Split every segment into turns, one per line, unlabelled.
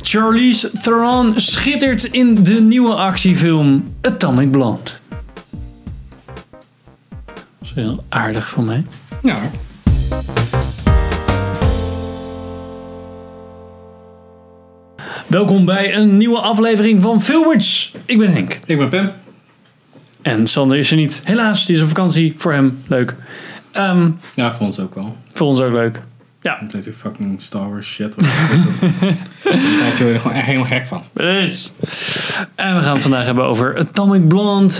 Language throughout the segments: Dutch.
Charlize Theron schittert in de nieuwe actiefilm Atomic Blonde. Dat is heel aardig van mij.
Ja.
Welkom bij een nieuwe aflevering van Filmers. Ik ben Henk.
Ik ben Pim.
En Sander is er niet. Helaas, die is op vakantie. Voor hem leuk. Ehm,
Ja, voor ons ook wel.
voor ons ook leuk. Ja,
Dat is die fucking Star Wars shit. Daar word je er gewoon echt helemaal gek van.
dus. En we gaan het vandaag hebben over Atomic Blonde.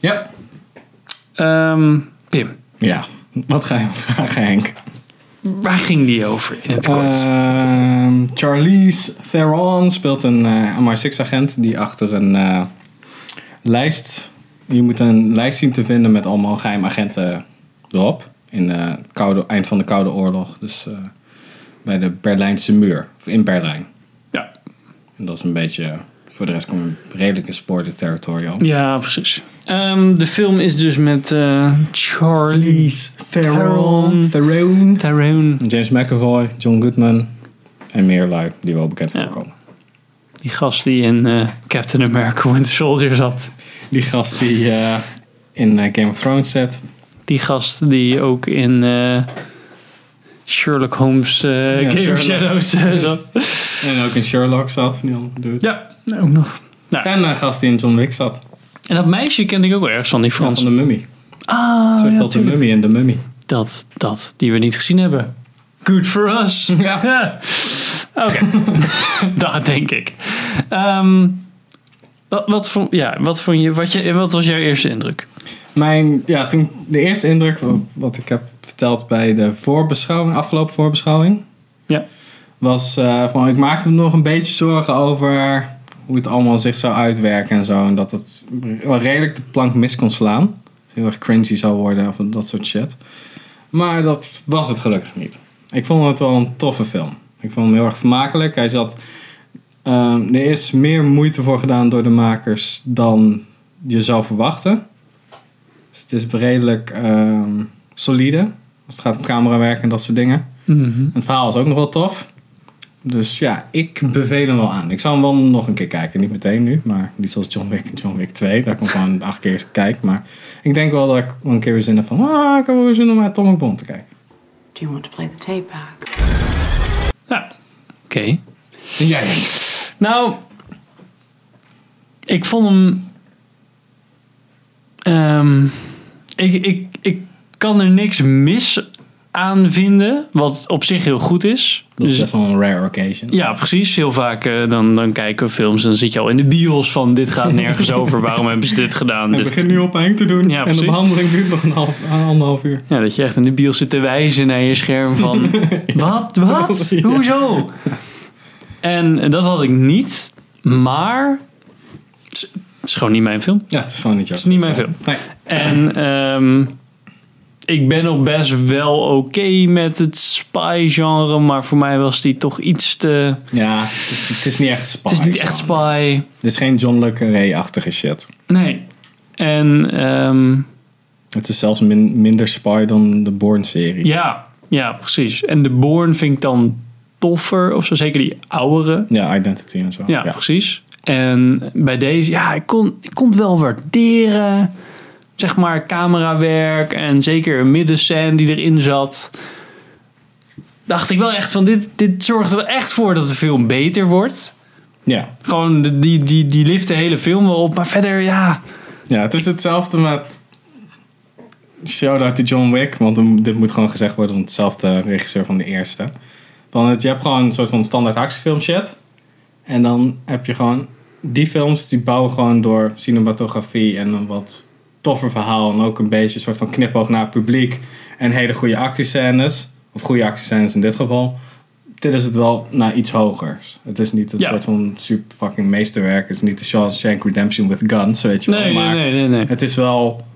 Ja.
Ehm, Pim,
Ja. Wat ga je vragen, Henk?
waar ging die over in het kort?
Ehm, Charlize Theron speelt een eh MI6-agent die achter een eh, lijst... Je moet een lijst zien te vinden met allemaal geheimagenten erop. In het koude, eind van de Koude Oorlog. Dus eh, bij de Berlijnse muur. Of in Berlijn.
ja.
En dat is een beetje... Voor de rest kom je redelijk in spoorlijk territorium.
ja, precies. Ehm, de film is dus met eh, Charlize Theron.
Theron.
Theron.
James McAvoy, John Goodman en meer lui die wel bekend
Ja.
voorkomen.
Die gast die in eh, Captain America Winter Soldier zat.
Die gast die eh, in eh, Game of Thrones zit.
Die gast die ook in eh, Sherlock Holmes eh, Game
Sherlock.
of Shadows eh, zat.
En ook in Sherlock zat. Die andere dude.
Ja, ook nog. Ja.
En een gast die in John Wick zat.
En dat meisje kende ik ook wel ergens van, die Frans.
Van de mummy.
dus- ah,
Ze
ja,
speelt de
tuurlijk.
mummy in de mummy.
dat, dat, die we niet gezien hebben. Good for us.
Ja.
Oké, dat denk ik. Ehm, wat, wat, vond, ja, wat, vond je, wat, je, wat was jouw eerste indruk?
Mijn, ja, toen de eerste indruk wa- wat ik heb verteld bij de voorbeschouwing, afgelopen voorbeschouwing,
Ja.
was eh, van ik maakte me nog een beetje zorgen over hoe het allemaal zich zou uitwerken en zo. En dat het wel redelijk de plank mis kon slaan. Heel erg cringy zou worden of dat soort shit. Maar dat was het gelukkig niet. Ik vond het wel een toffe film. Ik vond hem heel erg vermakelijk. Hij zat. ehm, er is meer moeite voor gedaan door de makers dan je zou verwachten. Dus het is redelijk ehm, solide. Als het gaat om camerawerk en dat soort dingen. En Het verhaal is ook nog wel tof. Dus ja, ik beveel hem wel aan. Ik zou hem wel nog een keer kijken. Niet meteen nu, maar niet zoals John Wick en John Wick 2. Daar kom ik gewoon acht keer eens kijken. Maar ik denk wel dat ik wel een keer weer zin heb van... Ah, ik heb wel weer zin om naar Tom Bond te kijken.
Do you want to play the tape back?
Ja, oké.
En jij?
Nou, ik vond hem. ehm, ik, ik, ik kan er niks mis aan vinden, wat op zich heel goed is.
Dat is
Dus-
best wel een rare occasion.
ja, precies. Heel vaak eh, dan, dan kijken we films en dan zit je al in de bios van dit gaat nergens over. Waarom hebben ze dit gedaan?
En
Dit-
begin nu op Henk te doen.
dus- Ja,
en de
precies.
behandeling duurt nog een half, een anderhalf uur.
Ja, dat je echt in de bios zit te wijzen naar je scherm van... Wat? Wat?
Ja.
Hoezo? En dat had ik niet, maar... Het is- het is gewoon niet mijn film.
Ja, het is gewoon niet jouw
Het is niet mijn
Nee.
En ehm, ik ben nog best wel oké met het spy-genre, maar voor mij was die toch iets te...
Ja, het is, het is niet echt spy.
Het is niet echt spy.
Het is geen John Le Carré-achtige shit.
Nee. En ehm,
Het is zelfs min- minder spy dan de Bourne-serie.
ja, ja, precies. En de Born vind ik dan toffer, of zo zeker die oudere.
Ja, Identity en zo.
Ja, precies. En bij deze, ja, ik kon, ik kon het wel waarderen. Zeg maar camerawerk en zeker een middenscène die erin zat. Dacht ik wel echt van, dit, dit zorgt er wel echt voor dat de film beter wordt.
Ja.
Gewoon, de- die, die, die lift de hele film wel op. Maar verder, ja,
ja, het is hetzelfde met... Shout-out to John Wick, want hem- dit moet gewoon gezegd worden... want hetzelfde regisseur van de eerste. Want het- je hebt gewoon een soort van standaard actiefilm shit. En dan heb je gewoon... Die films die bouwen gewoon door cinematografie en een wat toffer verhaal... en ook een beetje een soort van knipoog naar het publiek... en hele goede actiescènes. Of goede actiescènes in dit geval. Dit is het wel naar iets hogers. Het is niet een
Ja.
soort van super fucking meesterwerk. Het is niet de Shawshank Redemption with guns, weet je wel.
nee, nee,
maar
nee, nee, nee.
het is wel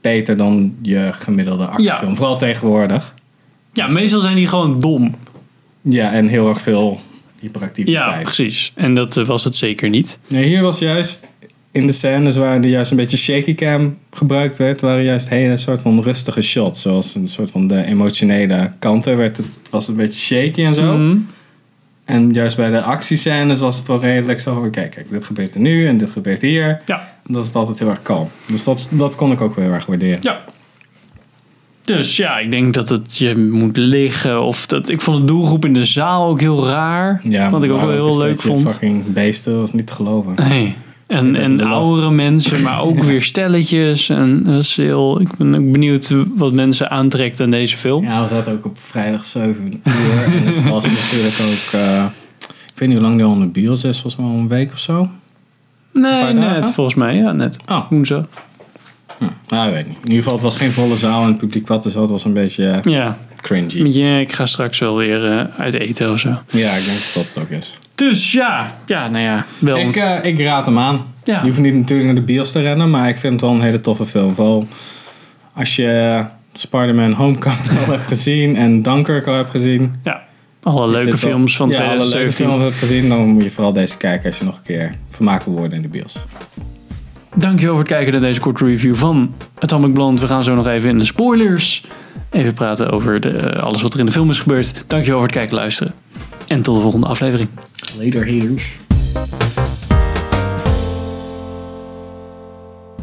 beter dan je gemiddelde actiefilm. Vooral tegenwoordig.
Ja, meestal zijn die gewoon dom.
Ja, en heel erg veel
Ja,
hyperactiviteit.
precies. En dat eh, was het zeker niet.
Nee, hier was juist in de scènes waar de juist een beetje shaky cam gebruikt werd, waren juist hele soort van rustige shots. Zoals een soort van de emotionele kanten werd het, was het een beetje shaky en zo.
Mhm.
En juist bij de actiescènes was het wel redelijk zo van, kijk, kijk, dit gebeurt er nu en dit gebeurt hier.
Ja.
En Dat is het altijd heel erg kalm. Dus dat, dat kon ik ook wel heel erg waarderen.
ja. Dus ja, ik denk dat het je moet liggen. Of dat, ik vond de doelgroep in de zaal ook heel raar. wat ik ook wel
maar
heel
is
leuk
dat je
vond.
fucking beesten, dat was niet te geloven.
Nee. En,
Dat heb ik
en
beloofd.
oudere mensen, maar ook weer stelletjes. En dat is heel, ik ben ook benieuwd wat mensen aantrekt aan deze film.
Ja, we zaten ook op vrijdag 7 uur. en het was natuurlijk ook... eh, ik weet niet hoe lang die al in de bios is. Volgens mij al een week of zo.
Nee,
paar dagen?
net volgens mij. Ja, net.
Oh,
Woensdag.
hm, nou, ik weet niet. In ieder geval, het was geen volle zaal. En het publiek wat er zat was een beetje eh,
Ja.
cringy.
ja, ik ga straks wel weer eh, uit eten of zo.
Ja, ik denk dat dat het ook is.
Dus ja, ja nou ja, wel.
Ik, eh, ik raad hem aan.
Ja.
Je hoeft niet natuurlijk naar de bios te rennen. Maar ik vind het wel een hele toffe film. Vooral als je Spider-Man Homecoming al hebt gezien. En Dunkirk al hebt gezien.
ja, alle
eh, Is
leuke
dit wel-
films van
ja, alle leuke
2017.
films hebt gezien. Dan moet je vooral deze kijken als je nog een keer vermaakt wil worden in de bios.
Dankjewel voor het kijken naar deze korte review van Atomic Blonde. We gaan zo nog even in de spoilers. Even praten over de, eh, alles wat er in de film is gebeurd. Dankjewel voor het kijken en luisteren. En tot de volgende aflevering.
Later, haters.